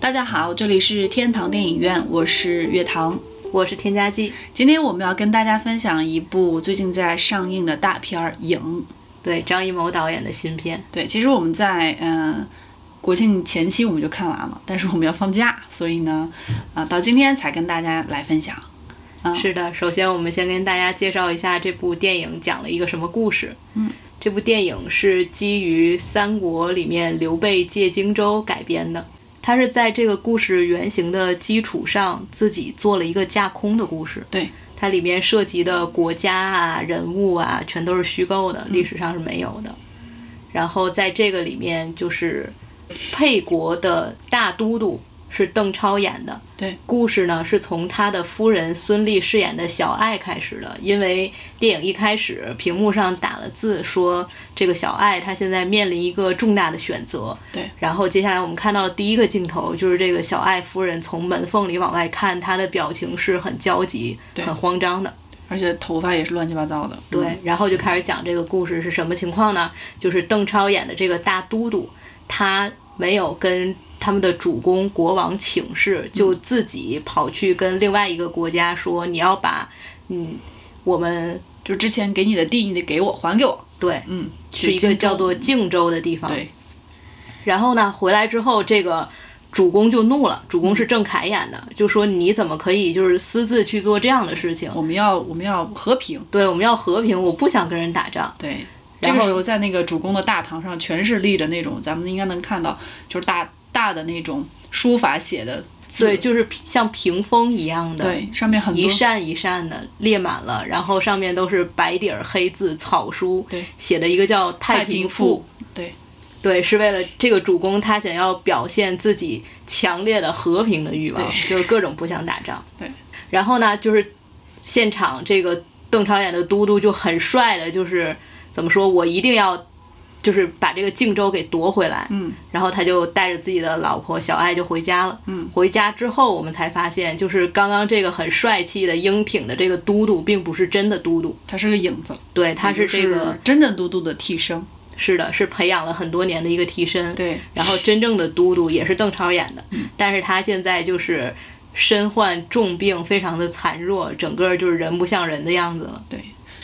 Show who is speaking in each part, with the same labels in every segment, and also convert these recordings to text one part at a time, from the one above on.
Speaker 1: 大家好，这里是天堂电影院，我是月堂。
Speaker 2: 我是添加剂。
Speaker 1: 今天我们要跟大家分享一部最近在上映的大片儿《影》。
Speaker 2: 对，张艺谋导演的新片，
Speaker 1: 对，其实我们在嗯、呃国庆前期我们就看完了，但是我们要放假，所以呢，啊、到今天才跟大家来分享。嗯
Speaker 2: 是的。首先，我们先跟大家介绍一下这部电影讲了一个什么故事。
Speaker 1: 嗯，
Speaker 2: 这部电影是基于三国里面刘备借荆州改编的，它是在这个故事原型的基础上自己做了一个架空的故事。
Speaker 1: 对，
Speaker 2: 它里面涉及的国家啊、人物啊，全都是虚构
Speaker 1: 嗯
Speaker 2: 的，历史上是没有的。然后在这个里面，就是沛国的大都督是邓超演的。
Speaker 1: 对，
Speaker 2: 故事呢是从他的夫人孙俪饰演的小爱开始的，因为电影一开始屏幕上打了字说这个小爱她现在面临一个重大的选择。
Speaker 1: 对，
Speaker 2: 然后接下来我们看到的第一个镜头就是这个小爱夫人从门缝里往外看，她的表情是很焦急、
Speaker 1: 对
Speaker 2: 很慌张的。
Speaker 1: 而且头发也是乱七八糟的。嗯
Speaker 2: 对，然后就开始讲这个故事是什么情况呢？就是邓超演的这个大都督，他没有跟他们的主公国王请示，就自己跑去跟另外一个国家说，你要把，嗯，我们
Speaker 1: 就之前给你的地，你得给我，还给我。
Speaker 2: 对，
Speaker 1: 嗯，
Speaker 2: 是一个叫做靖州的地方。
Speaker 1: 对
Speaker 2: 然后呢，回来之后，这个主公就怒
Speaker 1: 嗯
Speaker 2: 了，主公是郑恺演的，就说你怎么可以就是私自去做这样的事情？
Speaker 1: 我们要我们要和平。
Speaker 2: 对，我们要和平，我不想跟人打仗。
Speaker 1: 对，这
Speaker 2: 然
Speaker 1: 个
Speaker 2: 后
Speaker 1: 时候在那个主公的大堂上，全是立着那种咱们应该能看到，就是大大的那种书法写的字，
Speaker 2: 对，就是像屏风一样的。
Speaker 1: 对，上面很
Speaker 2: 一
Speaker 1: 多
Speaker 2: 扇一扇的列满了，然后上面都是白底儿黑字草书，
Speaker 1: 对，
Speaker 2: 写的一个叫《太
Speaker 1: 平
Speaker 2: 平赋》，
Speaker 1: 对
Speaker 2: 对，是为了这个主公他想要表现自己强烈的和平的欲望，就是各种不想打仗。
Speaker 1: 对，
Speaker 2: 然后呢，就是现场这个邓超演的都督就很帅的，就是怎么说我一定要。就是把这个靖州给夺回来，
Speaker 1: 嗯，
Speaker 2: 然后他就带着自己的老婆小爱就回家了，
Speaker 1: 嗯，
Speaker 2: 回家之后我们才发现，就是刚刚这个很帅气的英挺的这个都督，并不是真的都督，
Speaker 1: 它是个影子，
Speaker 2: 对，他
Speaker 1: 就是
Speaker 2: 这个
Speaker 1: 真正嘟嘟的替身，
Speaker 2: 是的，是培养了很多年的一个替身，
Speaker 1: 对嗯
Speaker 2: 然后真正的都督也是邓超演的，但是他现在就是身患重病，非常的孱弱，整个就是人不像人的样子了。
Speaker 1: 对。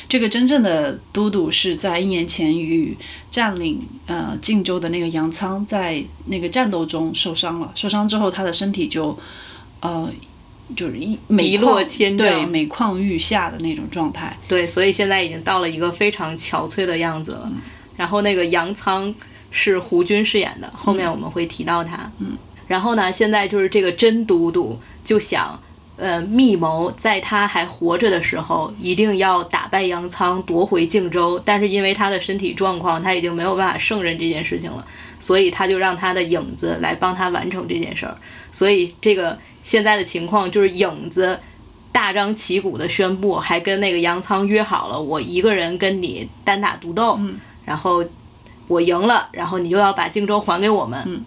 Speaker 1: 这个真正的都督是在一年前与占领呃靖州的那个杨仓在那个战斗中受伤了，受伤之后他的身体就呃就是一每
Speaker 2: 一
Speaker 1: 况
Speaker 2: 落千丈
Speaker 1: 对每况愈下的那种状态。
Speaker 2: 对，所以现在已经到了一个非常憔悴的样子了。然后那个杨仓是胡军饰演的，后面我们会提到他。
Speaker 1: 嗯，
Speaker 2: 然后呢，现在就是这个真都督就想。呃，密谋在他还活着的时候，一定要打败杨仓，夺回靖州。但是因为他的身体状况，他已经没有办法胜任这件事情了，所以他就让他的影子来帮他完成这件事儿。所以这个现在的情况就是，影子大张旗鼓的宣布，还跟那个杨仓约好了，我一个人跟你单打独斗，
Speaker 1: 嗯
Speaker 2: 然后我赢了，然后你就要把荆州还给我们。
Speaker 1: 嗯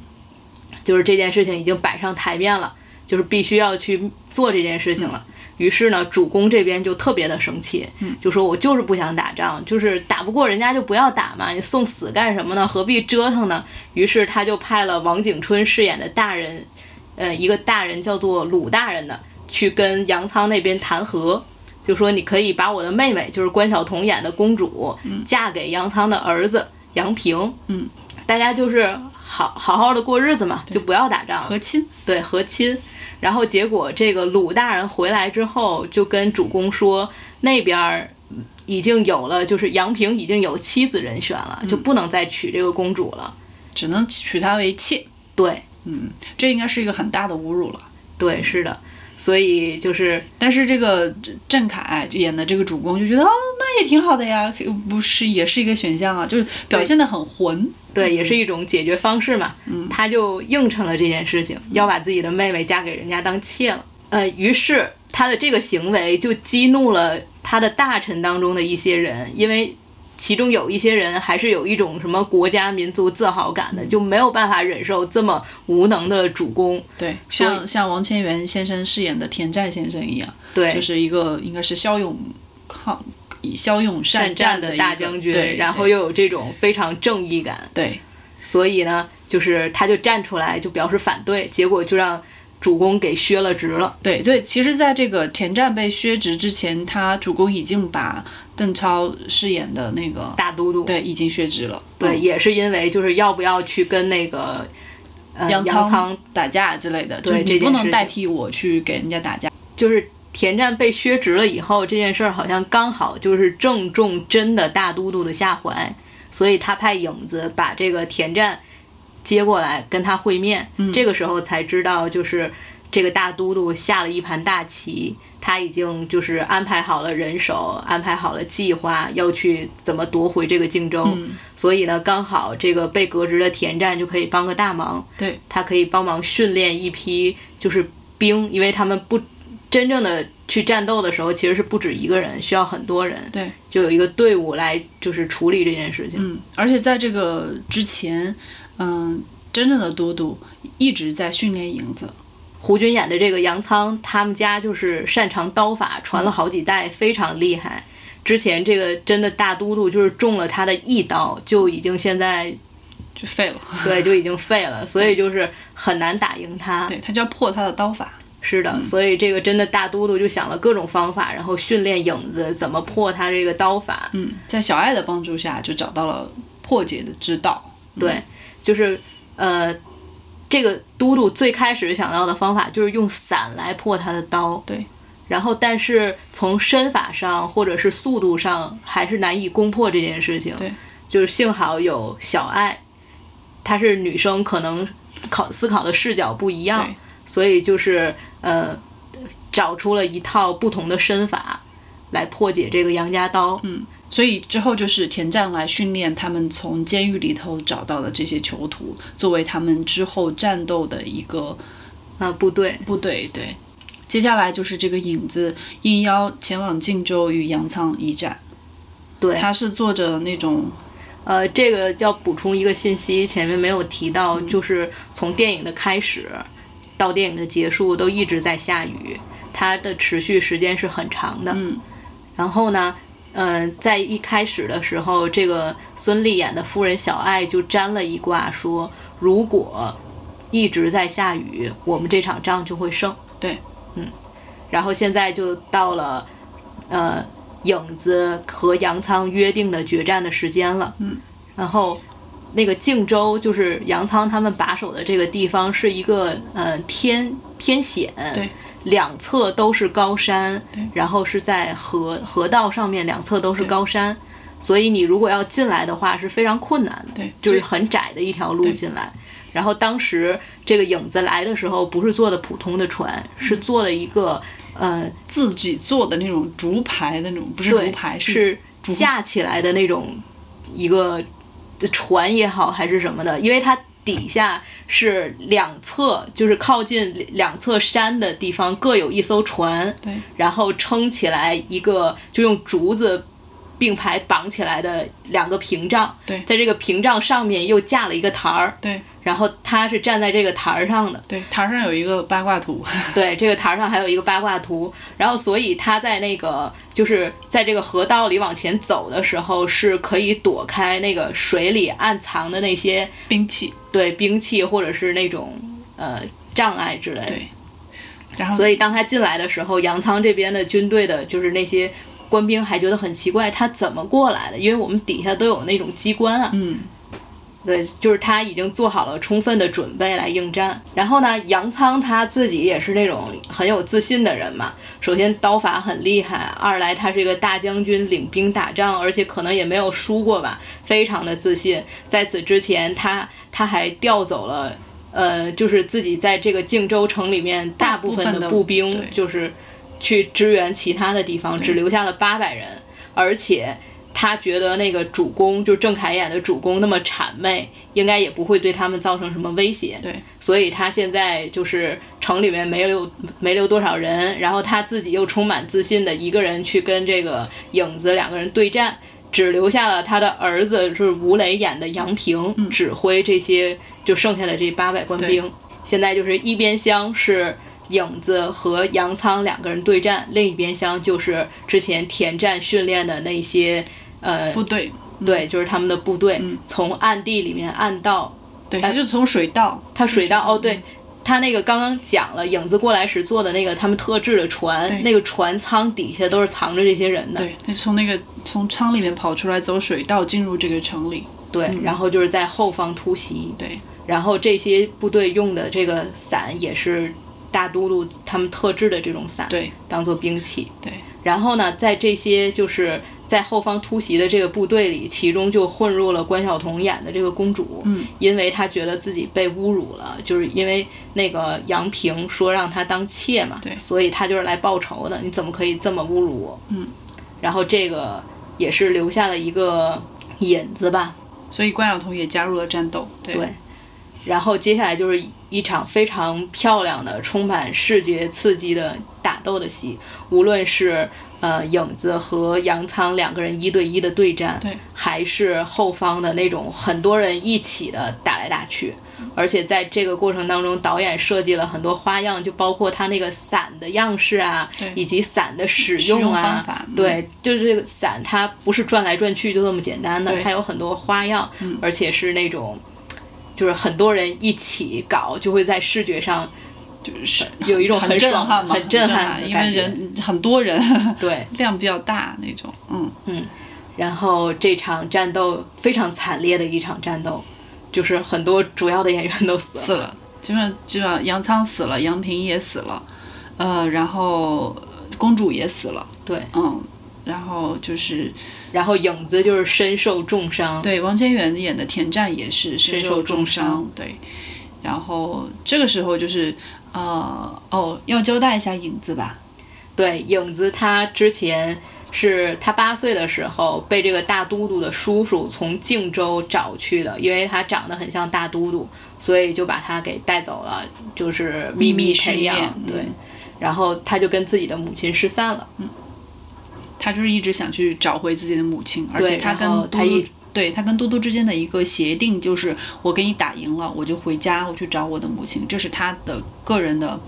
Speaker 2: 就是这件事情已经摆上台面了，就是必须要去做这件事情了。于是呢，主公这边就特别的生气，就说我就是不想打仗，就是打不过人家就不要打嘛，你送死干什么呢？何必折腾呢？于是他就派了王景春饰演的大人，呃，一个大人叫做鲁大人的，去跟杨仓那边谈和，就说你可以把我的妹妹，就是关晓彤演的公主，嫁给杨仓的儿子杨平，
Speaker 1: 嗯，
Speaker 2: 大家就是好好好的过日子嘛，就不要打仗了，
Speaker 1: 和亲，
Speaker 2: 对和亲。然后结果这个鲁大人回来之后，就跟主公说那边儿已经有了，就是杨平已经有妻子人选了，就不能再娶这个公主了。
Speaker 1: 只能娶她为妾。
Speaker 2: 对
Speaker 1: 嗯，这应该是一个很大的侮辱了。
Speaker 2: 对，是的。所以就是
Speaker 1: 但是这个郑恺啊演的这个主公就觉得哦，那也挺好的呀，不是也是一个选项啊，就是表现的很混。
Speaker 2: 对，也是一种解决方式嘛。
Speaker 1: 嗯
Speaker 2: 他就应承了这件事情，要把自己的妹妹嫁给人家当妾了。呃，于是他的这个行为就激怒了他的大臣当中的一些人，因为其中有一些人还是有一种什么国家民族自豪感的，就没有办法忍受这么无能的主公。
Speaker 1: 对，
Speaker 2: 所以
Speaker 1: 像像王千源先生饰演的田战先生一样，
Speaker 2: 对，
Speaker 1: 就是一个应该是骁勇抗、骁勇善
Speaker 2: 战
Speaker 1: 的一个
Speaker 2: 的大将军，
Speaker 1: 对，
Speaker 2: 然后
Speaker 1: 对
Speaker 2: 又有这种非常正义感，
Speaker 1: 对
Speaker 2: 所以呢，就是他就站出来就表示反对，结果就让主公给削了职了。
Speaker 1: 对对，其实，在这个田战被削职之前，他主公已经把邓超饰演的那个
Speaker 2: 大都督
Speaker 1: 对已经削职了，
Speaker 2: 对，
Speaker 1: 嗯
Speaker 2: 也是因为就是要不要去跟那个呃
Speaker 1: 杨
Speaker 2: 杨
Speaker 1: 仓
Speaker 2: 仓，
Speaker 1: 打架之类的，就
Speaker 2: 对
Speaker 1: 你
Speaker 2: 这件
Speaker 1: 不能
Speaker 2: 事
Speaker 1: 代
Speaker 2: 情
Speaker 1: 替我去给人家打架。
Speaker 2: 就是田战被削职了以后，这件事儿好像刚好就是正中真的大都督的下怀，所以他派影子把这个田战接过来跟他会面。这个时候才知道，就是这个大都督下了一盘大棋，他已经就是安排好了人手，安排好了计划，要去怎么夺回这个荆州。所以呢，刚好这个被革职的田战就可以帮个大忙。
Speaker 1: 对，
Speaker 2: 他可以帮忙训练一批就是兵，因为他们不真正的去战斗的时候，其实是不止一个人，需要很多人，
Speaker 1: 对，
Speaker 2: 就有一个队伍来就是处理这件事情。
Speaker 1: 嗯，而且在这个之前，嗯，真正的都督一直在训练影子，
Speaker 2: 胡军演的这个杨仓，他们家就是擅长刀法，传了好几代，非常厉害。之前这个真的大都督就是中了他的一刀，就已经现在
Speaker 1: 就废了。
Speaker 2: 对就已经废了，所以就是很难打赢他。
Speaker 1: 嗯对他就要破他的刀法。
Speaker 2: 是的，所以这个真的大都督就想了各种方法，然后训练影子怎么破他这个刀法。
Speaker 1: 嗯，在小爱的帮助下，就找到了破解的之道。
Speaker 2: 对，就是呃，这个都督最开始想到的方法就是用伞来破他的刀。
Speaker 1: 对。
Speaker 2: 然后，但是从身法上或者是速度上，还是难以攻破这件事情。
Speaker 1: 对，
Speaker 2: 就是幸好有小爱，她是女生，可能考思考的视角不一样
Speaker 1: 对，
Speaker 2: 所以就是呃，找出了一套不同的身法来破解这个杨家刀。
Speaker 1: 所以之后就是田战来训练他们从监狱里头找到的这些囚徒，作为他们之后战斗的一个
Speaker 2: 啊，部队
Speaker 1: 部队。对，接下来就是这个影子应邀前往靖州与杨仓一战。
Speaker 2: 对
Speaker 1: 他是坐着那种
Speaker 2: 呃，这个要补充一个信息，前面没有提到，就是从电影的开始到电影的结束都一直在下雨，它的持续时间是很长的。
Speaker 1: 嗯
Speaker 2: 然后呢，嗯、在一开始的时候，这个孙俪演的夫人小爱就占了一卦，说如果一直在下雨，我们这场仗就会胜。
Speaker 1: 对，
Speaker 2: 嗯，然后现在就到了，呃，影子和杨仓约定的决战的时间了。
Speaker 1: 嗯，
Speaker 2: 然后。那个靖州就是杨仓他们把守的这个地方，是一个呃天天险，
Speaker 1: 对，
Speaker 2: 两侧都是高山
Speaker 1: 对，
Speaker 2: 然后是在河河道上面，两侧都是高山，所以你如果要进来的话是非常困难的，
Speaker 1: 对，
Speaker 2: 就是
Speaker 1: 是
Speaker 2: 很窄的一条路进来。然后当时这个影子来的时候，不是坐的普通的船，是坐了一个呃，
Speaker 1: 自己做的那种竹排的那种，不是
Speaker 2: 对
Speaker 1: 竹排，
Speaker 2: 是
Speaker 1: 竹
Speaker 2: 架起来的那种一个船也好还是什么的，因为它底下是两侧，就是靠近两侧山的地方各有一艘船，
Speaker 1: 对
Speaker 2: 然后撑起来一个就用竹子并排绑起来的两个屏障，
Speaker 1: 对
Speaker 2: 在这个屏障上面又架了一个台儿，
Speaker 1: 对
Speaker 2: 然后他是站在这个台儿上的，
Speaker 1: 对，台上有一个八卦图，
Speaker 2: 对，这个台儿上还有一个八卦图，然后所以他在那个就是在这个河道里往前走的时候是可以躲开那个水里暗藏的那些
Speaker 1: 兵器
Speaker 2: 对兵器或者是那种呃障碍之类的。
Speaker 1: 对，然后
Speaker 2: 所以当他进来的时候，杨仓这边的军队的，就是那些官兵还觉得很奇怪，他怎么过来的？因为我们底下都有那种机关啊。
Speaker 1: 嗯。
Speaker 2: 对，就是他已经做好了充分的准备来应战。然后呢，杨仓他自己也是那种很有自信的人嘛。首先刀法很厉害，二来他是一个大将军，领兵打仗，而且可能也没有输过吧，非常的自信。在此之前，他他还调走了，呃，就是自己在这个靖州城里面大部
Speaker 1: 大
Speaker 2: 分
Speaker 1: 部分的
Speaker 2: 步
Speaker 1: 对
Speaker 2: 兵，就是去支援其他的地方，只留下了八百人，而且。他觉得那个主公，就是郑恺演的主公那么谄媚，应该也不会对他们造成什么威胁。
Speaker 1: 对，
Speaker 2: 所以他现在就是城里面没留没留多少人，然后他自己又充满自信的一个人去跟这个影子两个人对战，只留下了他的儿子就是吴磊演的杨平、指挥这些就剩下的这八百官兵。现在就是一边厢是影子和杨仓两个人对战，另一边厢就是之前田战训练的那些呃
Speaker 1: 部队
Speaker 2: 对，就是他们的部队、从暗地里面暗道
Speaker 1: 对，他就从水道，
Speaker 2: 他水道哦，对，他那个刚刚讲了，影子过来时坐的那个他们特制的船，那个船舱底下都是藏着这些人的。
Speaker 1: 对，他从那个从舱里面跑出来，走水道进入这个城里。
Speaker 2: 对，
Speaker 1: 嗯
Speaker 2: 然后就是在后方突袭。
Speaker 1: 对，
Speaker 2: 然后这些部队用的这个伞也是大都督他们特制的这种伞，
Speaker 1: 对，
Speaker 2: 当做兵器。
Speaker 1: 对，
Speaker 2: 然后呢，在这些就是在后方突袭的这个部队里，其中就混入了关晓彤演的这个公主，
Speaker 1: 嗯，
Speaker 2: 因为她觉得自己被侮辱了，就是因为那个杨平说让她当妾嘛，
Speaker 1: 对
Speaker 2: 所以她就是来报仇的，你怎么可以这么侮辱我？
Speaker 1: 嗯，
Speaker 2: 然后这个也是留下了一个引子吧，
Speaker 1: 所以关晓彤也加入了战斗。对，
Speaker 2: 对然后接下来就是一场非常漂亮的、充满视觉刺激的打斗的戏，无论是呃影子和杨仓两个人一对一的对战，
Speaker 1: 对
Speaker 2: 还是后方的那种很多人一起的打来打去。
Speaker 1: 嗯
Speaker 2: 而且在这个过程当中，导演设计了很多花样，就包括他那个伞的样式啊
Speaker 1: 对，
Speaker 2: 以及伞的使
Speaker 1: 使用
Speaker 2: 啊
Speaker 1: 方，法嗯
Speaker 2: 对，就是这个伞它不是转来转去就这么简单的，
Speaker 1: 对嗯
Speaker 2: 它有很多花样，而且是那种就是很多人一起搞，就会在视觉上
Speaker 1: 就是
Speaker 2: 有一种
Speaker 1: 很
Speaker 2: 很
Speaker 1: 震
Speaker 2: 爽
Speaker 1: 撼嘛，
Speaker 2: 很
Speaker 1: 很
Speaker 2: 震撼
Speaker 1: 撼，
Speaker 2: 的
Speaker 1: 因为
Speaker 2: 感觉
Speaker 1: 人很多人，
Speaker 2: 对。
Speaker 1: 量比较大那种。嗯，
Speaker 2: 然后这场战斗非常惨烈的一场战斗，就是很多主要的演员都死了。
Speaker 1: 死了，基本上基本上杨仓死了，杨平也死了，呃，然后公主也死了。
Speaker 2: 对，
Speaker 1: 嗯，然后就是
Speaker 2: 然后影子就是身受重伤。
Speaker 1: 对，王千源演的田战也是身
Speaker 2: 身
Speaker 1: 受
Speaker 2: 受
Speaker 1: 重
Speaker 2: 重
Speaker 1: 伤，
Speaker 2: 伤
Speaker 1: 对。然后这个时候就是，呃，哦，要交代一下影子吧，
Speaker 2: 对，影子他之前是他八岁的时候被这个大都督的叔叔从靖州找去的，因为他长得很像大都督，所以就把他给带走了，就是秘
Speaker 1: 秘密
Speaker 2: 密
Speaker 1: 训
Speaker 2: 培
Speaker 1: 练
Speaker 2: 养。
Speaker 1: 嗯
Speaker 2: 对，然后他就跟自己的母亲失散了。
Speaker 1: 他就是一直想去找回自己的母亲，而且
Speaker 2: 对
Speaker 1: 他
Speaker 2: 然
Speaker 1: 跟
Speaker 2: 后
Speaker 1: 嘟
Speaker 2: 他一
Speaker 1: 嘟，对他跟嘟嘟之间的一个协定就是，我给你打赢了，我就回家，我去找我的母亲，这是他的个人的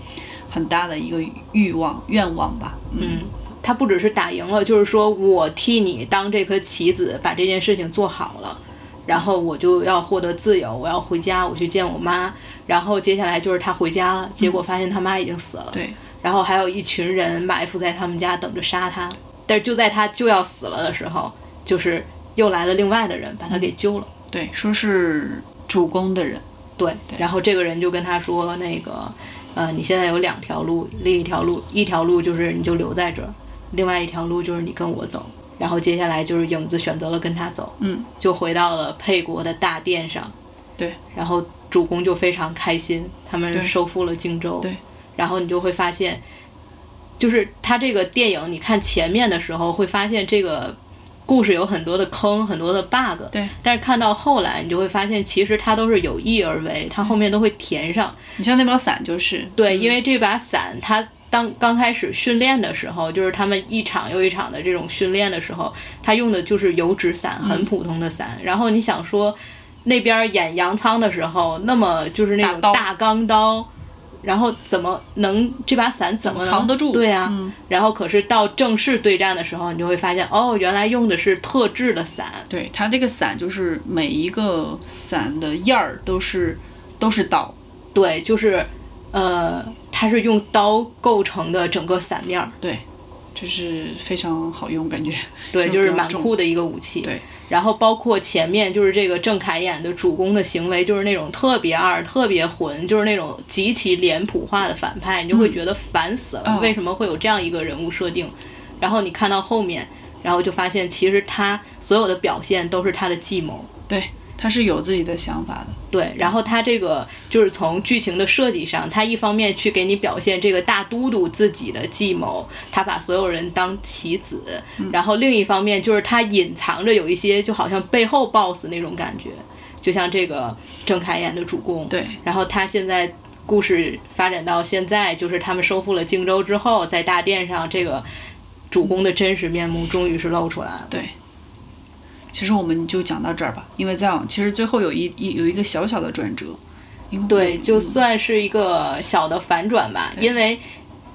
Speaker 1: 很大的一个欲望愿望吧，嗯，
Speaker 2: 嗯，他不只是打赢了，就是说我替你当这颗棋子，把这件事情做好了，然后我就要获得自由，我要回家，我去见我妈。然后接下来就是他回家了，结果发现他妈已经死了。
Speaker 1: 对，
Speaker 2: 然后还有一群人埋伏在他们家等着杀他。但是就在他就要死了的时候，就是又来了另外的人把他给救了。
Speaker 1: 对，说是主公的人，
Speaker 2: 对，
Speaker 1: 对
Speaker 2: 然后这个人就跟他说那个，呃，你现在有两条路，另一条路，一条路就是你就留在这儿，另外一条路就是你跟我走。然后接下来就是影子选择了跟他走，
Speaker 1: 嗯，
Speaker 2: 就回到了沛国的大殿上。
Speaker 1: 对，
Speaker 2: 然后主公就非常开心，他
Speaker 1: 对
Speaker 2: 们收复了荆州。
Speaker 1: 对，
Speaker 2: 然后你就会发现，就是他这个电影，你看前面的时候会发现这个故事有很多的坑，很多的 bug。
Speaker 1: 对，
Speaker 2: 但是看到后来，你就会发现其实他都是有意而为，他后面都会填上。
Speaker 1: 你像那把伞就是，
Speaker 2: 对，因为这把伞，它当刚开始训练的时候，就是他们一场又一场的这种训练的时候，他用的就是油纸伞，很普通的
Speaker 1: 嗯
Speaker 2: 伞。然后你想说，那边演杨仓的时候，那么就是那种
Speaker 1: 大刀
Speaker 2: 大钢刀。然后怎么能这把伞怎么能
Speaker 1: 扛得住
Speaker 2: 对呀、
Speaker 1: 嗯
Speaker 2: 然后可是到正式对战的时候，你就会发现，哦，原来用的是特制的伞，
Speaker 1: 对，它这个伞就是每一个伞的叶儿都是都是刀，
Speaker 2: 对，就是，呃，它是用刀构成的整个伞面儿，
Speaker 1: 就是非常好用，感觉
Speaker 2: 对，
Speaker 1: 就
Speaker 2: 就是
Speaker 1: 比较
Speaker 2: 蛮
Speaker 1: 重
Speaker 2: 酷的一个武器。
Speaker 1: 对，
Speaker 2: 然后包括前面就是这个郑恺演的主公的行为，就是那种特别二、特别混，就是那种极其脸谱化的反派，你就会觉得烦死了。
Speaker 1: 嗯哦
Speaker 2: 为什么会有这样一个人物设定？然后你看到后面，然后就发现其实他所有的表现都是他的计谋。
Speaker 1: 它是有自己的想法的，
Speaker 2: 对，然后他这个就是从剧情的设计上，他一方面去给你表现这个大都督自己的计谋，他把所有人当棋子，然后另一方面就是他隐藏着有一些就好像背后 BOSS 那种感觉，就像这个郑恺演的主公，
Speaker 1: 对，
Speaker 2: 然后他现在故事发展到现在，就是他们收复了荆州之后，在大殿上这个主公的真实面目终于是露出来了。
Speaker 1: 其实我们就讲到这儿吧，因为再往其实最后有一一有一个小小的转折，因为
Speaker 2: 对，就
Speaker 1: 嗯
Speaker 2: 算是一个小的反转吧，因为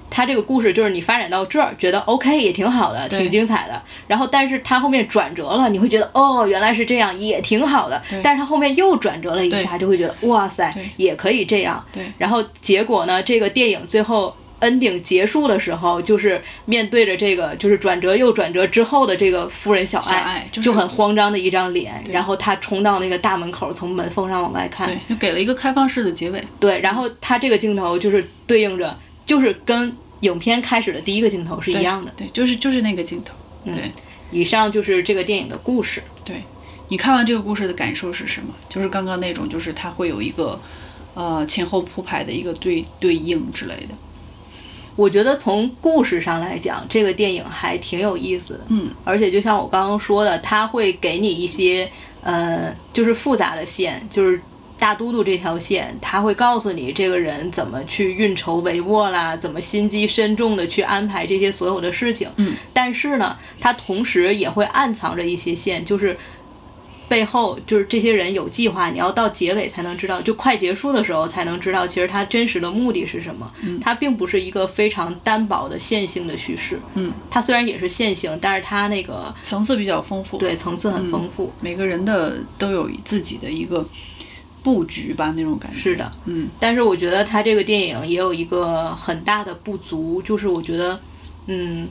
Speaker 2: 他这个故事就是你发展到这儿，觉得 OK 也挺好的，挺精彩的。然后，但是他后面转折了，你会觉得哦，原来是这样，也挺好的。但是他后面又转折了一下，就会觉得哇塞，也可以这样。然后结果呢，这个电影最后 ending 结束的时候，就是面对着这个就是转折又转折之后的这个夫人小爱，
Speaker 1: 小爱就是
Speaker 2: 就很慌张的一张脸。然后他冲到那个大门口，从门缝上往外看。
Speaker 1: 对，就给了一个开放式的结尾。
Speaker 2: 对，然后他这个镜头就是对应着，就是跟影片开始的第一个镜头是一样的。嗯
Speaker 1: 对，就是就是那个镜头。对，
Speaker 2: 以上就是这个电影的故事。
Speaker 1: 你看完这个故事的感受是什么？就是刚刚那种，就是它会有一个呃前后铺排的一个对对应之类的。
Speaker 2: 我觉得从故事上来讲，这个电影还挺有意思的。
Speaker 1: 嗯，
Speaker 2: 而且就像我刚刚说的，它会给你一些呃，就是复杂的线，就是大都督这条线，他会告诉你这个人怎么去运筹帷幄啦，怎么心机深重的去安排这些所有的事情。
Speaker 1: 嗯，
Speaker 2: 但是呢，他同时也会暗藏着一些线，就是。背后就是这些人有计划，你要到结尾才能知道，就快结束的时候才能知道，其实他真实的目的是什么。它并不是一个非常单薄的线性的叙事。
Speaker 1: 嗯，
Speaker 2: 它虽然也是线性，但是它那个
Speaker 1: 层次比较丰富。
Speaker 2: 对层次
Speaker 1: 嗯
Speaker 2: 很丰富。
Speaker 1: 每个人的都有自己的一个布局吧，那种感觉。
Speaker 2: 是的，
Speaker 1: 嗯，
Speaker 2: 但是我觉得它这个电影也有一个很大的不足，就是我觉得，嗯，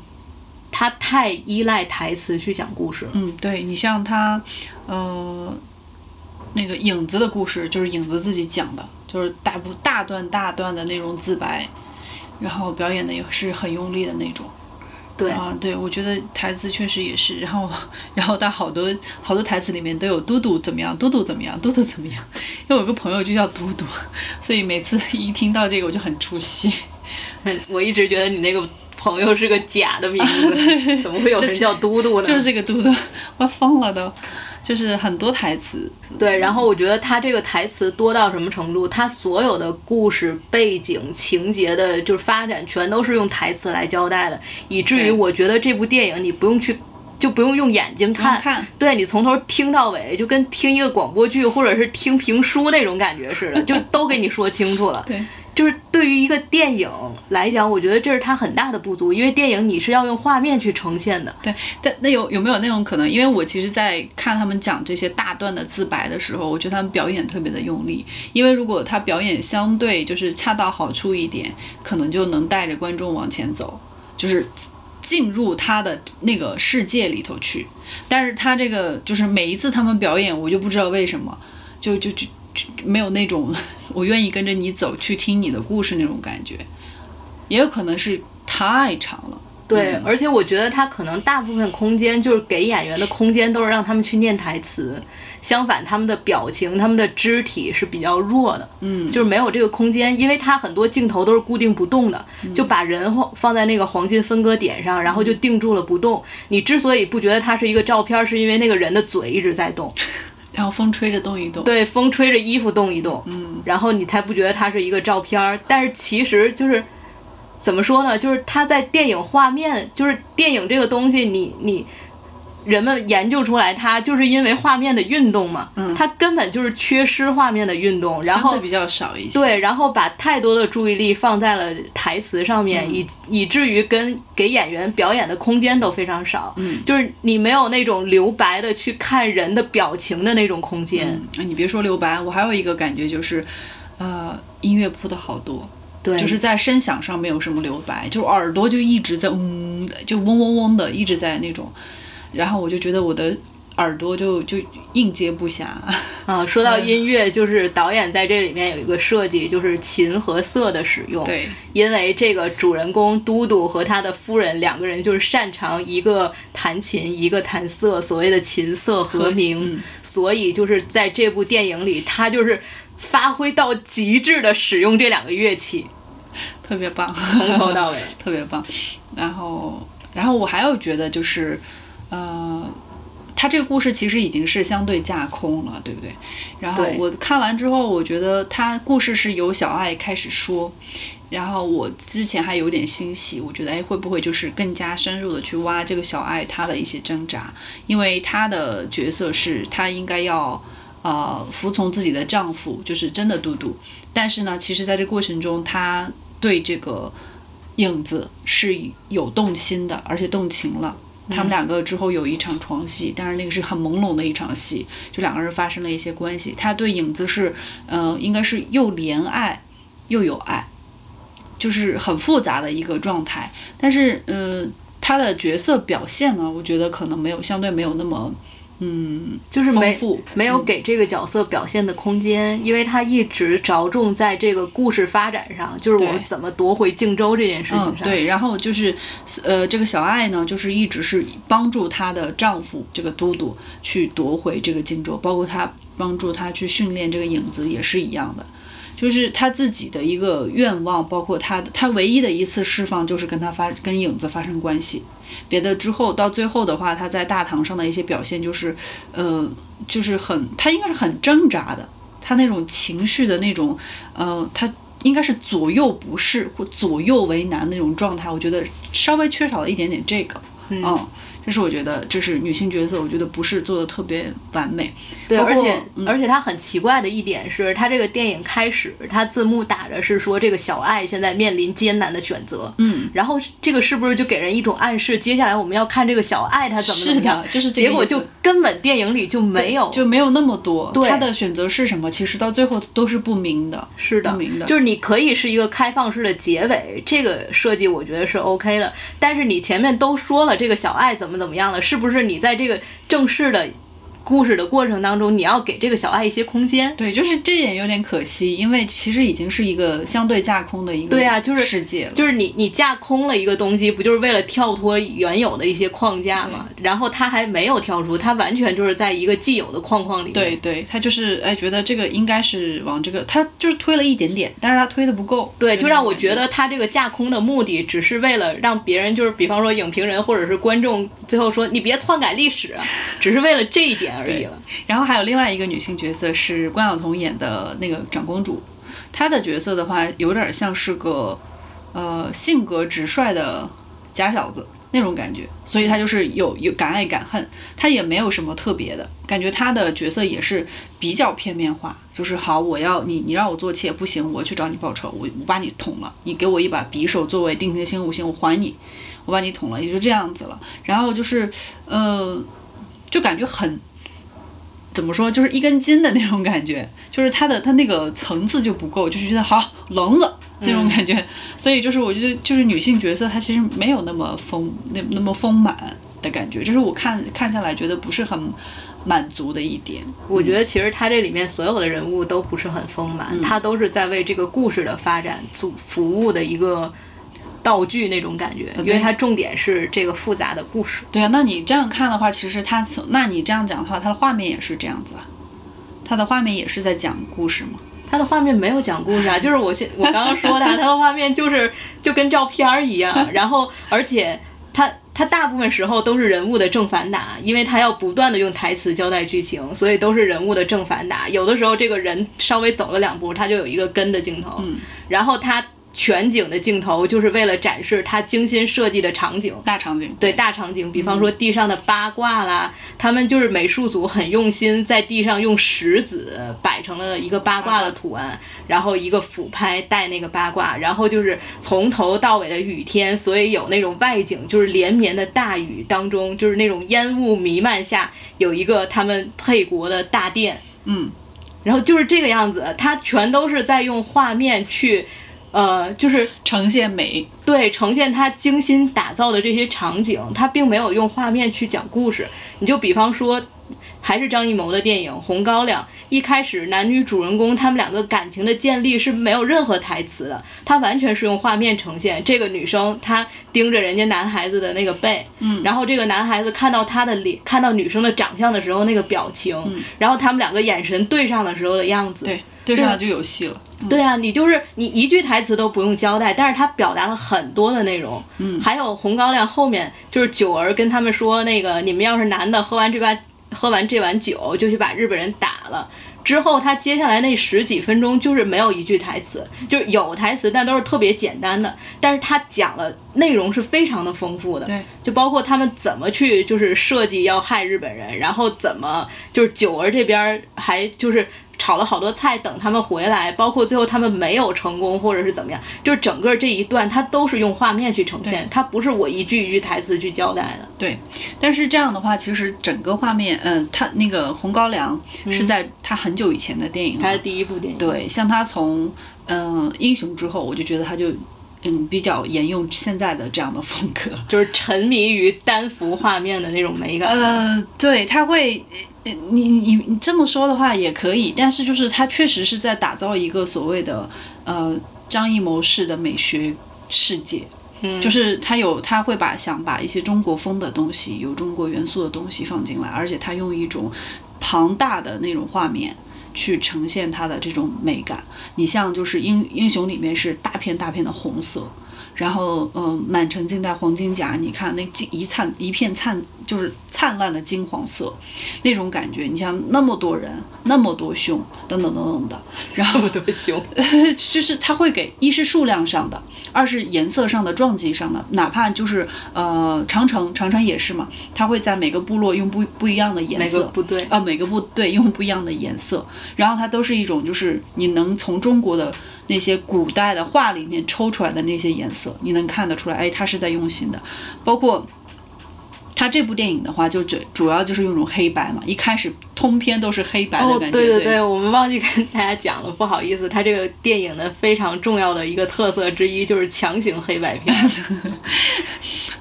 Speaker 2: 它太依赖台词去讲故事了。
Speaker 1: 嗯，对你像他，呃，那个影子的故事就是影子自己讲的，就是大部大段大段的那种自白，然后表演的也是很用力的那种。
Speaker 2: 对
Speaker 1: 啊，对，我觉得台词确实也是，然后， 然后他好多好多台词里面都有嘟嘟怎么样，嘟嘟怎么样，嘟嘟怎么样， 因为我有个朋友就叫嘟 嘟，所以每次一听到这个我就很出戏。
Speaker 2: 我一直觉得你那个朋友是个假的名字，怎么会有人叫嘟嘟呢？
Speaker 1: 啊就是这个嘟嘟，我疯了都，就是很多台词。
Speaker 2: 对，然后我觉得他这个台词多到什么程度？他所有的故事背景、情节的，就是发展，全都是用台词来交代的，以至于
Speaker 1: 对
Speaker 2: 我觉得这部电影你不用去，就不用用眼睛看，
Speaker 1: 嗯看
Speaker 2: 对你从头听到尾，就跟听一个广播剧或者是听评书那种感觉似的，就都给你说清 楚了。
Speaker 1: 对，
Speaker 2: 就是对于一个电影来讲，我觉得这是它很大的不足，因为电影你是要用画面去呈现的。
Speaker 1: 对，但那有有没有那种可能？因为我其实，在看他们讲这些大段的自白的时候，我觉得他们表演特别的用力。因为如果他表演相对就是恰到好处一点，可能就能带着观众往前走，就是进入他的那个世界里头去。但是他这个就是每一次他们表演，我就不知道为什么，就就就就没有那种 我愿意跟着你走去听你的故事那种感觉。也有可能是太长了。
Speaker 2: 对，而且我觉得他可能大部分空间就是给演员的空间，都是让他们去念台词。相反，他们的表情、他们的肢体是比较弱的，
Speaker 1: 嗯，
Speaker 2: 就是没有这个空间，因为他很多镜头都是固定不动的，就把人晃放在那个黄金分割点上，然后就定住了不动。你之所以不觉得它是一个照片，是因为那个人的嘴一直在动，
Speaker 1: 然后风吹着动一动。
Speaker 2: 对，风吹着衣服动一动，嗯，然后你才不觉得它是一个照片儿。但是其实就是怎么说呢？就是它在电影画面，就是电影这个东西你，你人们研究出来它，就是因为画面的运动嘛，
Speaker 1: 嗯
Speaker 2: 它根本就是缺失画面的运动，然
Speaker 1: 相
Speaker 2: 后
Speaker 1: 对比较少一些。
Speaker 2: 对，然后把太多的注意力放在了台词上面，
Speaker 1: 嗯
Speaker 2: 以以至于跟给演员表演的空间都非常少，
Speaker 1: 嗯
Speaker 2: 就是你没有那种留白的去看人的表情的那种空间。
Speaker 1: 嗯，哎你别说留白，我还有一个感觉就是，呃，音乐铺的好多，
Speaker 2: 对，
Speaker 1: 就是在声响上没有什么留白，就是耳朵就一直在嗡的，就嗡嗡嗡的一直在那种，然后我就觉得我的耳朵就就应接不暇。
Speaker 2: 啊，说
Speaker 1: 嗯
Speaker 2: 到音乐，就是导演在这里面有一个设计，就是琴和色的使用。，
Speaker 1: 对
Speaker 2: 因为这个主人公嘟嘟和他的夫人两个人就是擅长一个弹琴，一个弹瑟，所谓的琴瑟和鸣。
Speaker 1: 嗯
Speaker 2: 所以就是在这部电影里，他就是发挥到极致的使用这两个乐器，
Speaker 1: 特别棒，
Speaker 2: 从 头到尾。
Speaker 1: 特别棒。然后，然后我还有觉得就是，呃，他这个故事其实已经是相对架空了，对不对？然后
Speaker 2: 对
Speaker 1: 我看完之后，我觉得他故事是由小爱开始说，然后我之前还有点欣喜，我觉得哎，会不会就是更加深入的去挖这个小爱她的一些挣扎，因为她的角色是她应该要。呃，服从自己的丈夫，就是真的嘟嘟。但是呢，其实在这过程中，她对这个影子是有动心的，而且动情了。他们两个之后有一场床戏，但是那个是很朦胧的一场戏，就两个人发生了一些关系。他对影子是，呃，应该是又怜爱又有爱，就是很复杂的一个状态。但是，呃，他的角色表现呢，我觉得可能没有相对没有那么，嗯，
Speaker 2: 就是
Speaker 1: 丰
Speaker 2: 没
Speaker 1: 富。嗯
Speaker 2: 没有给这个角色表现的空间，因为他一直着重在这个故事发展上，就是我
Speaker 1: 对
Speaker 2: 怎么夺回靖州这件事情上。
Speaker 1: 嗯，对，然后就是，呃，这个小爱呢，就是一直是帮助她的丈夫这个都督去夺回这个荆州，包括她帮助她去训练这个影子也是一样的，就是她自己的一个愿望，包括她的她唯一的一次释放就是跟她发跟影子发生关系，别的之后到最后的话，她在大堂上的一些表现就是，呃，就是很她应该是很挣扎的，她那种情绪的那种，呃，她应该是左右不是或左右为难那种状态，我觉得稍微缺少了一点点这个，嗯，这是我觉得这是女性角色，我觉得不是做的特别完美，
Speaker 2: 对，
Speaker 1: 包
Speaker 2: 而
Speaker 1: 括
Speaker 2: 且、
Speaker 1: 嗯
Speaker 2: 而且它很奇怪的一点是，它这个电影开始，它字幕打着是说这个小爱现在面临艰难的选择，
Speaker 1: 嗯，
Speaker 2: 然后这个是不是就给人一种暗示，接下来我们要看这个小爱她怎么怎
Speaker 1: 是
Speaker 2: 么样
Speaker 1: 的，？就是这个
Speaker 2: 结果
Speaker 1: 意思
Speaker 2: 就根本电影里就没有，
Speaker 1: 就没有那么多，
Speaker 2: 对
Speaker 1: 她的选择是什么，其实到最后都是不明的，
Speaker 2: 是的
Speaker 1: 不明的，
Speaker 2: 就是你可以是一个开放式的结尾，这个设计我觉得是 OK 的。但是你前面都说了这个小爱怎么怎么样了，是不是你在这个正式的故事的过程当中，你要给这个小爱一些空间？
Speaker 1: 对，就是这点有点可惜，因为其实已经是一个相对架空的一个
Speaker 2: 对啊就是
Speaker 1: 世界了，
Speaker 2: 就是你你架空了一个东西，不就是为了跳脱原有的一些框架吗？然后他还没有跳出，他完全就是在一个既有的框框里面。
Speaker 1: 对对，他就是哎觉得这个应该是往这个，他就是推了一点点，但是他推的不够，
Speaker 2: 对，就让我
Speaker 1: 那种感
Speaker 2: 觉得他这个架空的目的，只是为了让别人，就是比方说影评人或者是观众，最后说你别篡改历史 啊，只是为了这一点而已了。
Speaker 1: 然后还有另外一个女性角色是关晓彤演的那个长公主，她的角色的话有点像是个呃性格直率的假小子那种感觉，所以她就是有有敢爱敢恨，她也没有什么特别的感觉，她的角色也是比较片面化，就是好我要你你让我做妾不行，我去找你报仇，我我把你捅了，你给我一把匕首作为定情信物行，我还你，我把你捅了，也就这样子了，然后就是呃就感觉很怎么说，就是一根筋的那种感觉，就是它的它那个层次就不够，就是觉得好棱子那种感觉，所以就是我觉得就是女性角色她其实没有那么丰那那么丰满的感觉，这是我看看下来觉得不是很满足的一点。
Speaker 2: 我觉得其实他这里面所有的人物都不是很丰满，
Speaker 1: 嗯
Speaker 2: 他都是在为这个故事的发展做服务的一个道具那种感觉，因为
Speaker 1: 呃对
Speaker 2: 它重点是这个复杂的故事。
Speaker 1: 对啊，那你这样看的话，其实它从那你这样讲的话，它的画面也是这样子啊，它的画面也是在讲故事嘛。
Speaker 2: 它的画面没有讲故事啊， 就是我现我刚刚说的啊，它的画面就是就跟照片儿一样，然后而且它它大部分时候都是人物的正反打，因为它要不断的用台词交代剧情，所以都是人物的正反打。有的时候这个人稍微走了两步，他就有一个跟的镜头，然后他全景的镜头就是为了展示他精心设计的场景，
Speaker 1: 大场景，
Speaker 2: 对大场景，比方说地上的八卦啦，他们就是美术组很用心，在地上用石子摆成了一个八卦的图案，然后一个俯拍带那个八卦，然后就是从头到尾的雨天，所以有那种外景，就是连绵的大雨当中，就是那种烟雾弥漫下，有一个他们配国的大殿，
Speaker 1: 嗯，
Speaker 2: 然后就是这个样子，它全都是在用画面去，呃，就是
Speaker 1: 呈现美，
Speaker 2: 对，呈现他精心打造的这些场景，他并没有用画面去讲故事。你就比方说，还是张艺谋的电影《红高粱》，一开始男女主人公他们两个感情的建立是没有任何台词的，他完全是用画面呈现。这个女生她盯着人家男孩子的那个背，嗯，然后这个男孩子看到她的脸，看到女生的长相的时候那个表情，然后他们两个眼神对上的时候的样子，
Speaker 1: 对，对上了就有戏了。嗯
Speaker 2: 对啊，你就是你一句台词都不用交代，但是他表达了很多的内容。嗯，还有红高粱后面就是九儿跟他们说，那个你们要是男的喝完这把喝完这碗酒就去把日本人打了。之后他接下来那十几分钟就是没有一句台词，就是有台词但都是特别简单的，但是他讲了内容是非常的丰富的。
Speaker 1: 对，
Speaker 2: 就包括他们怎么去就是设计要害日本人，然后怎么就是九儿这边儿还就是。炒了好多菜等他们回来，包括最后他们没有成功或者是怎么样，就是整个这一段它都是用画面去呈现，它不是我一句一句台词去交代的。
Speaker 1: 对，但是这样的话，其实整个画面，呃，他那个红高粱
Speaker 2: 嗯
Speaker 1: 是在他很久以前的电影了
Speaker 2: 它的第一部电影，
Speaker 1: 对，像他从嗯、呃英雄之后，我就觉得他就嗯比较沿用现在的这样的风格。
Speaker 2: 就是沉迷于单幅画面的那种美感。
Speaker 1: 呃，对，他会，呃你你你这么说的话也可以，但是就是他确实是在打造一个所谓的呃张艺谋式的美学世界。
Speaker 2: 嗯
Speaker 1: 就是他有，他会把想把一些中国风的东西、有中国元素的东西放进来，而且他用一种庞大的那种画面去呈现它的这种美感。你像就是英英雄里面是大片大片的红色，然后嗯、呃满城尽带黄金甲，你看那金一灿一片灿就是灿烂的金黄色，那种感觉。你像那么多人，那么多胸，等等等等的，然后
Speaker 2: 这么多熊，
Speaker 1: 就是它会给一是数量上的，二是颜色上的、撞击上的，哪怕就是呃长城，长城也是嘛，它会在每个部落用不不一样的颜
Speaker 2: 每个
Speaker 1: 色，
Speaker 2: 部队
Speaker 1: 啊，每个部队用不一样的颜色，然后它都是一种就是你能从中国的那些古代的画里面抽出来的那些颜色，你能看得出来，哎，它是在用心的。包括它这部电影的话，就主主要就是用一种黑白嘛，一开始通篇都是黑白的
Speaker 2: 哦，
Speaker 1: 感觉，
Speaker 2: 对
Speaker 1: 对
Speaker 2: 对，我们忘记跟大家讲了，不好意思，它这个电影的非常重要的一个特色之一就是强行黑白片，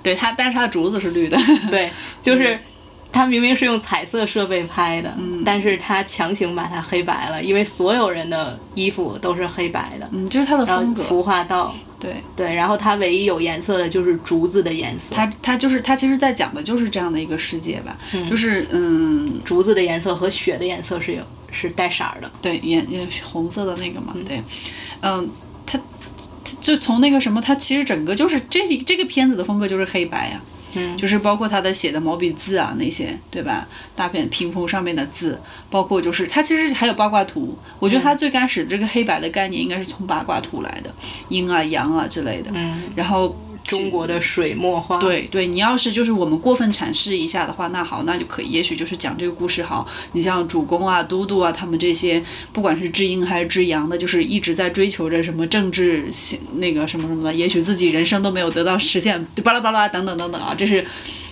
Speaker 1: 对它，但是它的竹子是绿的，
Speaker 2: 对，就是。它明明是用彩色设备拍的，
Speaker 1: 嗯
Speaker 2: 但是它强行把它黑白了，因为所有人的衣服都是黑白的，
Speaker 1: 嗯，就是它的
Speaker 2: 然
Speaker 1: 风
Speaker 2: 后
Speaker 1: 格，
Speaker 2: 服化道，
Speaker 1: 对。
Speaker 2: 对，然后它唯一有颜色的就是竹子的颜色，
Speaker 1: 他他就是他，其实在讲的就是这样的一个世界吧，就是嗯，
Speaker 2: 竹子的颜色和雪的颜色是有是带色儿的，
Speaker 1: 对，颜颜红色的那个嘛，对，嗯，他他就从那个什么，他其实整个就是这里这个片子的风格就是黑白啊，
Speaker 2: 嗯
Speaker 1: 就是包括他的写的毛笔字啊那些，对吧？大片屏风上面的字，包括就是他其实还有八卦图，我觉得
Speaker 2: 嗯
Speaker 1: 他最开始这个黑白的概念应该是从八卦图来的，阴啊阳啊之类的，
Speaker 2: 嗯，
Speaker 1: 然后
Speaker 2: 中国的水墨画，
Speaker 1: 对对，你要是就是我们过分阐释一下的话，那好，那就可以，也许就是讲这个故事好。你像主公啊、都督啊，他们这些，不管是知阴还是知阳的，就是一直在追求着什么政治性那个什么什么的，也许自己人生都没有得到实现，巴拉巴拉等等等等啊，这是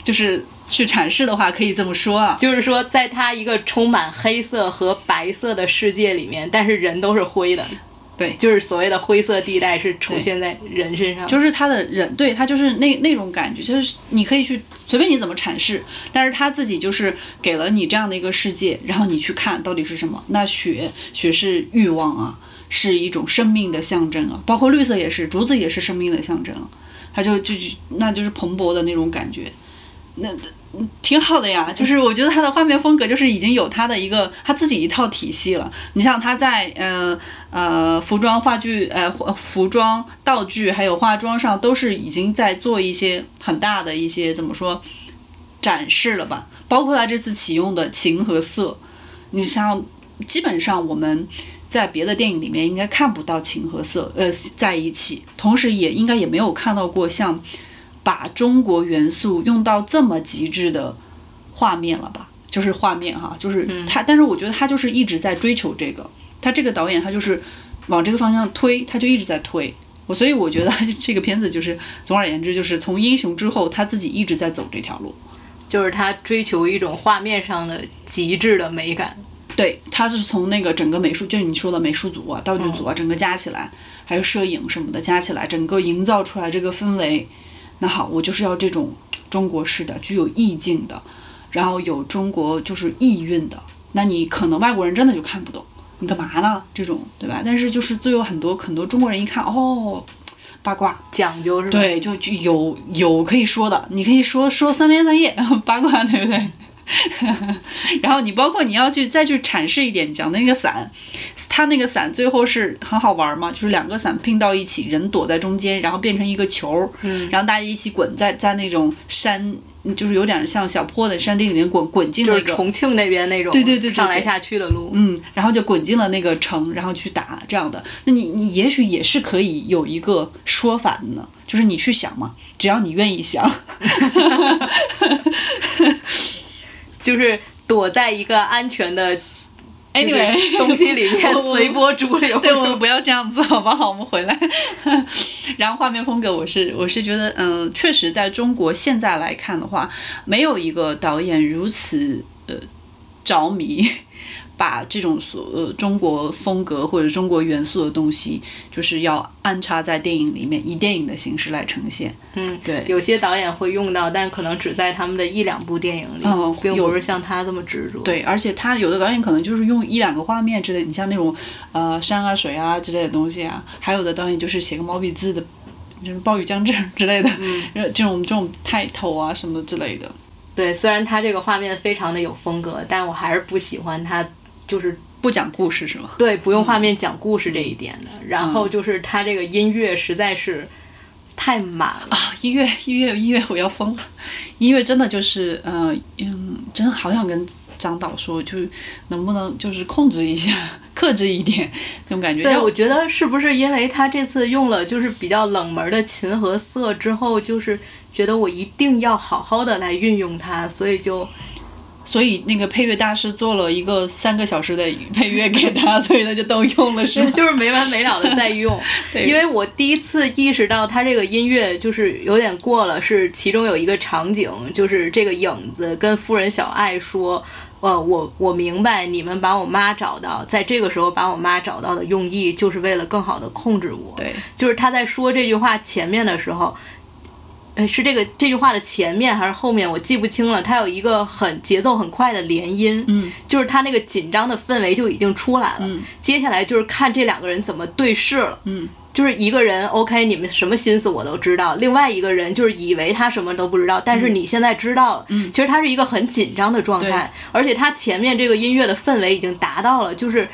Speaker 1: 就是去阐释的话，可以这么说啊。
Speaker 2: 就是说，在它一个充满黑色和白色的世界里面，但是人都是灰的，
Speaker 1: 对
Speaker 2: 就是所谓的灰色地带是出现在人身上，
Speaker 1: 就是他的人，对他就是那那种感觉，就是你可以去随便你怎么阐释，但是他自己就是给了你这样的一个世界，然后你去看到底是什么。那雪，雪是欲望啊，是一种生命的象征啊，包括绿色也是，竹子也是生命的象征啊，它就就就那就是蓬勃的那种感觉，那。嗯挺好的呀，就是我觉得他的画面风格就是已经有他的一个他自己一套体系了。你像他在嗯呃服装、话剧、呃服服装、道具还有化妆上，都是已经在做一些很大的一些怎么说展示了吧？包括他这次启用的情和色，你像基本上我们在别的电影里面应该看不到情和色呃在一起，同时也应该也没有看到过像把中国元素用到这么极致的画面了吧？就是画面哈，就是他，但是我觉得他就是一直在追求这个，他这个导演他就是往这个方向推，他就一直在推。我所以我觉得这个片子就是，总而言之就是从英雄之后，他自己一直在走这条路。
Speaker 2: 就是它追求一种画面上的极致的美感。
Speaker 1: 对，他是从那个整个美术，就是你说的美术组啊、道具组啊，整个加起来，还有摄影什么的加起来，整个营造出来这个氛围。那好，我就是要这种中国式的、具有意境的，然后有中国就是意蕴的。那你可能外国人真的就看不懂，你干嘛呢？这种对吧？但是就是最有很多很多中国人一看，哦，八卦，
Speaker 2: 讲究是吧？，
Speaker 1: 对，就就有有可以说的，你可以说说三天三夜 八卦，对不对？ 然后你包括你要去再去阐释一点，讲那个伞，它那个伞最后是很好玩嘛，就是两个伞拼到一起，人躲在中间，然后变成一个球儿，
Speaker 2: 嗯，
Speaker 1: 然后大家一起滚在在那种山，就是有点像小坡的山地里面滚滚进
Speaker 2: 就
Speaker 1: 那
Speaker 2: 是
Speaker 1: 个
Speaker 2: 重庆那边那种
Speaker 1: 对对对对对
Speaker 2: 上来下去的路，
Speaker 1: 嗯，然后就滚进了那个城，然后去打这样的。那你你也许也是可以有一个说法的呢，就是你去想嘛，只要你愿意想。
Speaker 2: 就是躲在一个安全的
Speaker 1: Anyway，
Speaker 2: 东西里 面
Speaker 1: 我我
Speaker 2: 随波逐 流。
Speaker 1: 对，我们不要这样子，好不好？我们回来。 然后画面风格，我是我是觉得，嗯、确实在中国现在来看的话，没有一个导演如此呃着迷， 把这种所呃中国风格或者中国元素的东西，就是要安插在电影里面，以电影的形式来呈现。
Speaker 2: 嗯，
Speaker 1: 对
Speaker 2: 有些导演会用到，但可能只在他们的一两部电影里，
Speaker 1: 嗯
Speaker 2: 并
Speaker 1: 有
Speaker 2: 不是像他这么执着。，
Speaker 1: 对，而且他有的导演可能就是用一两个画面之类，你像那种呃山啊、水啊之类的东西啊，还有的导演就是写个毛笔字的，就是暴雨将至之类的，
Speaker 2: 嗯
Speaker 1: 呃 这种这种 title 啊什么之类的。
Speaker 2: 对，虽然他这个画面非常的有风格，但我还是不喜欢他，就是
Speaker 1: 不讲故事是吗？
Speaker 2: 对不用画面讲故事这一点的。然
Speaker 1: 嗯
Speaker 2: 后就是他这个音乐实在是太满了，
Speaker 1: 啊，音乐，音乐，音乐，我要疯了！音乐真的就是，呃，嗯，真的好想跟张导说，就是能不能就是控制一下，克制一点那种感觉。
Speaker 2: 对，
Speaker 1: 要
Speaker 2: 我觉得是不是因为他这次用了就是比较冷门的琴和瑟之后，就是觉得我一定要好好的来运用它，所以就
Speaker 1: 所以那个配乐大师做了一个三个小时的配乐给他，所以他就都用了，是吗？
Speaker 2: 就是没完没了的在用。
Speaker 1: 对
Speaker 2: 因为我第一次意识到它这个音乐就是有点过了，是其中有一个场景，就是这个影子跟夫人小爱说。呃，我我明白你们把我妈找到，在这个时候把我妈找到的用意，就是为了更好的控制我。
Speaker 1: 对，
Speaker 2: 就是他在说这句话前面的时候，呃，是这个这句话的前面还是后面，我记不清了。他有一个很节奏很快的连音，
Speaker 1: 嗯，
Speaker 2: 就是他那个紧张的氛围就已经出来了。
Speaker 1: 嗯
Speaker 2: 接下来就是看这两个人怎么对视了。
Speaker 1: 嗯，
Speaker 2: 就是一个人，OK，你们什么心思我都知道；另外一个人就是以为他什么都不知道，但是你现在知道了。
Speaker 1: 嗯
Speaker 2: 其实他是一个很紧张的状态，而且他前面这个音乐的氛围已经达到了，就是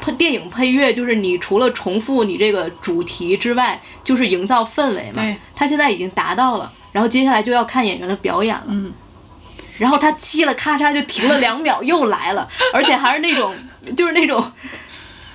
Speaker 2: 配电影配乐，就是你除了重复你这个主题之外，就是营造氛围嘛
Speaker 1: 对。
Speaker 2: 他现在已经达到了，然后接下来就要看演员的表演了。
Speaker 1: 嗯
Speaker 2: 然后他叽了咔嚓就停了两秒，又来 了，而且还是那种就是那种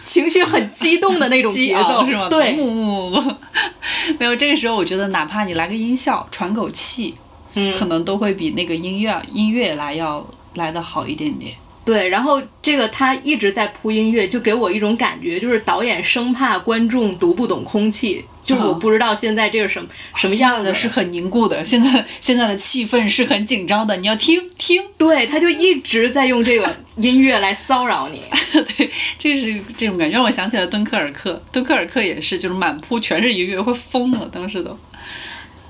Speaker 2: 情绪很激动的那种
Speaker 1: 激
Speaker 2: 节
Speaker 1: 昂
Speaker 2: 奏，
Speaker 1: 是吗？
Speaker 2: 对，
Speaker 1: 不不不不， 没有。这个时候我觉得，哪怕你来个音效，喘口气，可
Speaker 2: 嗯，
Speaker 1: 能都会比那个音乐音乐来要来的好一点点。
Speaker 2: 对。然后这个他一直在铺音乐，就给我一种感觉，就是导演生怕观众读不懂空气，就是我
Speaker 1: 嗯
Speaker 2: 不知道现在这个什么什么
Speaker 1: 现在
Speaker 2: 样子
Speaker 1: 的是很凝固的，现在现在的气氛是很紧张的，你要听听，
Speaker 2: 对，他就一直在用这个音乐来骚扰你。
Speaker 1: 对，这是这种感觉，让我想起了敦刻尔克，敦刻尔克也是，就是满铺全是音乐，会疯了，当时都。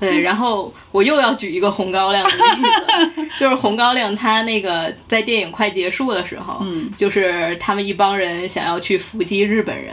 Speaker 2: 对，然后我又要举一个红高粱的例子，就是红高粱他那个在电影快结束的时候，
Speaker 1: 嗯，
Speaker 2: 就是他们一帮人想要去伏击日本人，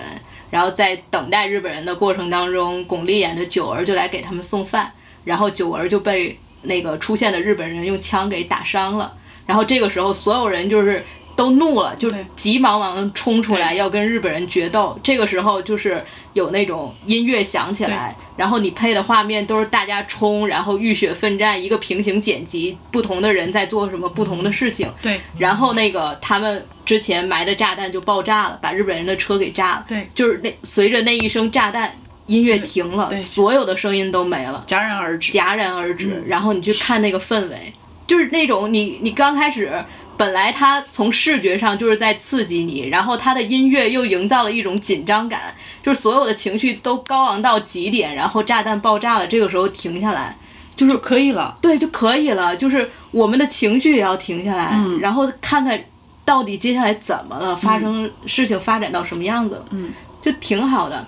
Speaker 2: 然后在等待日本人的过程当中，巩俐演的九儿就来给他们送饭，然后九儿就被那个出现的日本人用枪给打伤了，然后这个时候所有人就是。都怒了，就
Speaker 1: 对
Speaker 2: 急忙忙冲出来
Speaker 1: 对
Speaker 2: 要跟日本人决斗。这个时候就是有那种音乐响起来，然后你配的画面都是大家冲，然后浴血奋战，一个平行剪辑，不同的人在做什么不同的事情。
Speaker 1: 对
Speaker 2: 然后那个他们之前埋的炸弹就爆炸了，把日本人的车给炸了。
Speaker 1: 对，
Speaker 2: 就是那随着那一声炸弹，音乐停了
Speaker 1: 对，
Speaker 2: 所有的声音都没了，
Speaker 1: 戛然而止。
Speaker 2: 戛然而止。然后你去看那个氛围，就是那种你你刚开始。本来它从视觉上就是在刺激你，然后它的音乐又营造了一种紧张感，就是所有的情绪都高昂到极点，然后炸弹爆炸了，这个时候停下来，
Speaker 1: 就是可以了，
Speaker 2: 对就可以了，就是我们的情绪也要停下来，
Speaker 1: 嗯
Speaker 2: 然后看看到底接下来怎么了，发生事情发展到什么样子了，
Speaker 1: 嗯，
Speaker 2: 就挺好的。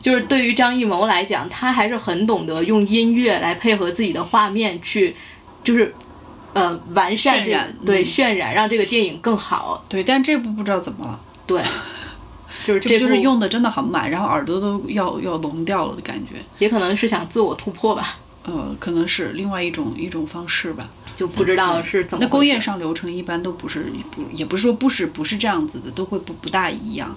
Speaker 2: 就是对于张艺谋来讲，他还是很懂得用音乐来配合自己的画面去，就是呃完善这
Speaker 1: 渲
Speaker 2: 个
Speaker 1: 染
Speaker 2: 对
Speaker 1: 嗯
Speaker 2: 渲染，让这个电影更好。
Speaker 1: 对，但这部不知道怎么了，
Speaker 2: 对，就是
Speaker 1: 这
Speaker 2: 这
Speaker 1: 部就是
Speaker 2: 部
Speaker 1: 用的真的很满，然后耳朵都要要聋掉了的感觉，
Speaker 2: 也可能是想自我突破吧，
Speaker 1: 呃，可能是另外一种一种方式吧。
Speaker 2: 就不知道是怎么
Speaker 1: 那
Speaker 2: 回事。
Speaker 1: 工业上流程一般都不是不，也不是说不是不是这样子的，都会不不大一样。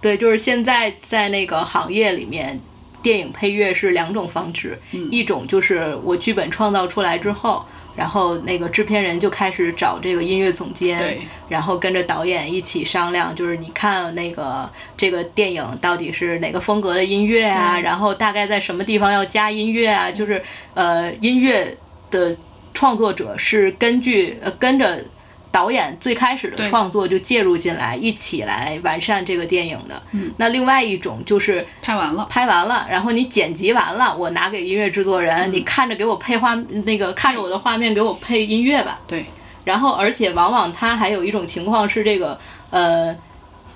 Speaker 2: 对，就是现在在那个行业里面，电影配乐是两种方式，一种就是我剧本创造出来之后，然后那个制片人就开始找这个音乐总监
Speaker 1: 对，
Speaker 2: 然后跟着导演一起商量，就是你看那个这个电影到底是哪个风格的音乐啊，
Speaker 1: 对
Speaker 2: 然后大概在什么地方要加音乐啊，就是呃音乐的创作者是根据呃跟着。导演最开始的创作就介入进来，一起来完善这个电影的。嗯，那另外一种就是
Speaker 1: 拍完了，
Speaker 2: 拍完了，然后你剪辑完了，我拿给音乐制作人，你看着给我配画，那个看着我的画面给我配音乐吧。
Speaker 1: 对，
Speaker 2: 然后而且往往他还有一种情况是这个呃。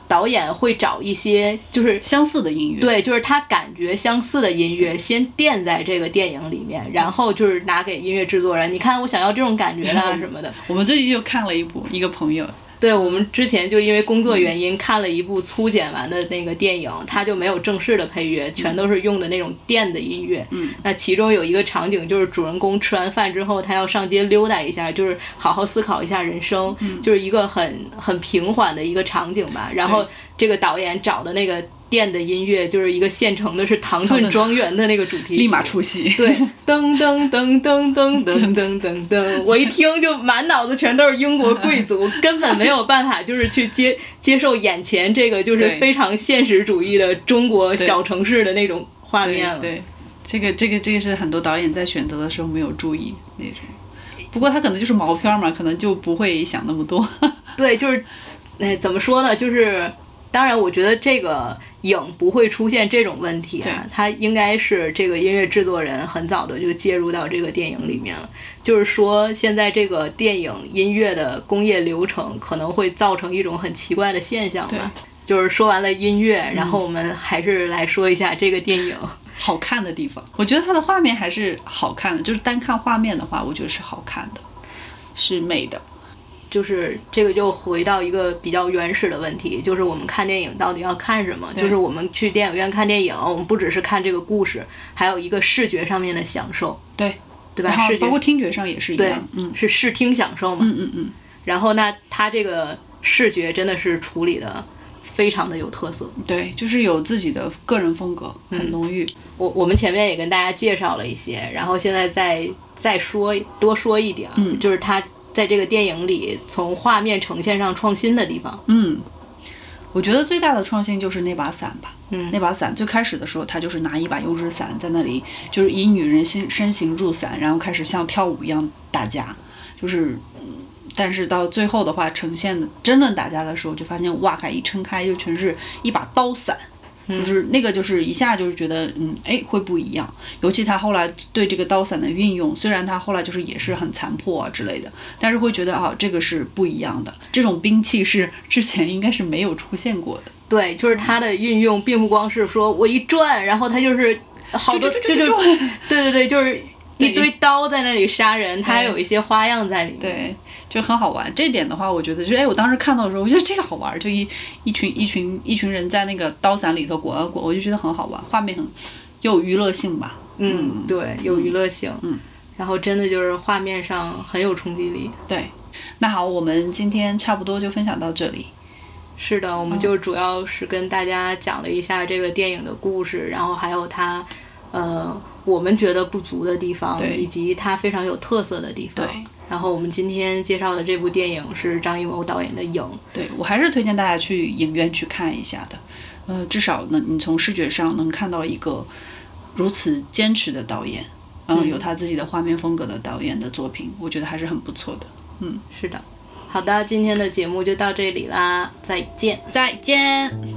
Speaker 2: 导演会找一些就是
Speaker 1: 相似的音乐，
Speaker 2: 对，就是他感觉相似的音乐先垫在这个电影里面，然后就是拿给音乐制作人，你看我想要这种感觉啦什么的。
Speaker 1: 我们最近就看了一部，一个朋友，
Speaker 2: 对我们之前就因为工作原因看了一部粗剪完的那个电影，它就没有正式的配乐，全都是用的那种电的音乐。
Speaker 1: 嗯，
Speaker 2: 那其中有一个场景就是主人公吃完饭之后，他要上街溜达一下，就是好好思考一下人生，
Speaker 1: 嗯
Speaker 2: 就是一个很很平缓的一个场景吧。然后这个导演找的那个电的音乐，就是一个现成的是唐顿庄园的那个主题曲，
Speaker 1: 立马出戏。
Speaker 2: 对，噔噔噔噔噔噔噔噔噔，我一听就满脑子全都是英国贵族，根本没有办法就是去接接受眼前这个就是
Speaker 1: 对
Speaker 2: 非常现实主义的中国小城市的那种画面了。
Speaker 1: 对对，这个这个这个是很多导演在选择的时候没有注意那种。不过他可能就是毛片嘛，可能就不会想那么多。
Speaker 2: 对，就是，哎，怎么说呢？就是，当然，我觉得这个影不会出现这种问题啊
Speaker 1: 对，
Speaker 2: 它应该是这个音乐制作人很早的就介入到这个电影里面了。就是说，现在这个电影音乐的工业流程可能会造成一种很奇怪的现象吧。就是说完了音乐，然后我们还是来说一下这个电影。
Speaker 1: 好看的地方，我觉得它的画面还是好看的，就是单看画面的话，我觉得是好看的，是美的。
Speaker 2: 就是这个又回到一个比较原始的问题，就是我们看电影到底要看什么？
Speaker 1: 对
Speaker 2: 就是我们去电影院看电影，我们不只是看这个故事，还有一个视觉上面的享受，
Speaker 1: 对，
Speaker 2: 对
Speaker 1: 然
Speaker 2: 吧？
Speaker 1: 后
Speaker 2: 视
Speaker 1: 包括
Speaker 2: 觉
Speaker 1: 听觉上也是一
Speaker 2: 对
Speaker 1: 样，，嗯
Speaker 2: 是视听享受嘛。
Speaker 1: 嗯嗯嗯，
Speaker 2: 然后那它这个视觉真的是处理的非常的有特色。
Speaker 1: 对，就是有自己的个人风格，很浓郁。
Speaker 2: 我我们前面也跟大家介绍了一些，然后现在再再说多说一点，啊
Speaker 1: 嗯
Speaker 2: 就是它在这个电影里从画面呈现上创新的地方。
Speaker 1: 嗯，我觉得最大的创新就是那把伞吧。
Speaker 2: 嗯
Speaker 1: 那把伞最开始的时候，他就是拿一把油纸伞在那里，就是以女人身身形入伞，然后开始像跳舞一样打架，就是。嗯但是到最后的话，呈现的真正打架的时候，就发现哇塞，一撑开就全是一把刀伞，就是那个就是一下就是觉得嗯哎会不一样。尤其他后来对这个刀伞的运用，虽然他后来就是也是很残破啊之类的，但是会觉得啊，这个是不一样的，这种兵器是之前应该是没有出现过的。
Speaker 2: 对，就是它的运用，并不光是说我一转，然后它就是好多，就就对 对对，就是一堆刀在那里杀人，它还有一些花样在里面。嗯
Speaker 1: 对，就很好玩。这点的话，我觉得就是，哎，我当时看到的时候，我觉得这个好玩，就一一群一群一群人在那个刀伞里头滚啊滚，我就觉得很好玩，画面很又有娱乐性吧。
Speaker 2: 嗯，对，有娱乐性，
Speaker 1: 嗯，
Speaker 2: 然后真的就是画面上很有冲击力。
Speaker 1: 对，那好，我们今天差不多就分享到这里。
Speaker 2: 是的，我们就主要是跟大家讲了一下这个电影的故事，然后还有它，呃，我们觉得不足的地方，
Speaker 1: 对
Speaker 2: 以及它非常有特色的地方。
Speaker 1: 对
Speaker 2: 然后我们今天介绍的这部电影是张艺谋导演的《影》，
Speaker 1: 对我还是推荐大家去影院去看一下的，呃，至少呢，你从视觉上能看到一个如此坚持的导演，然后有他自己的画面风格的导演的作品，我觉得还是很不错的。
Speaker 2: 是的，好的，今天的节目就到这里啦，再见。
Speaker 1: 再见。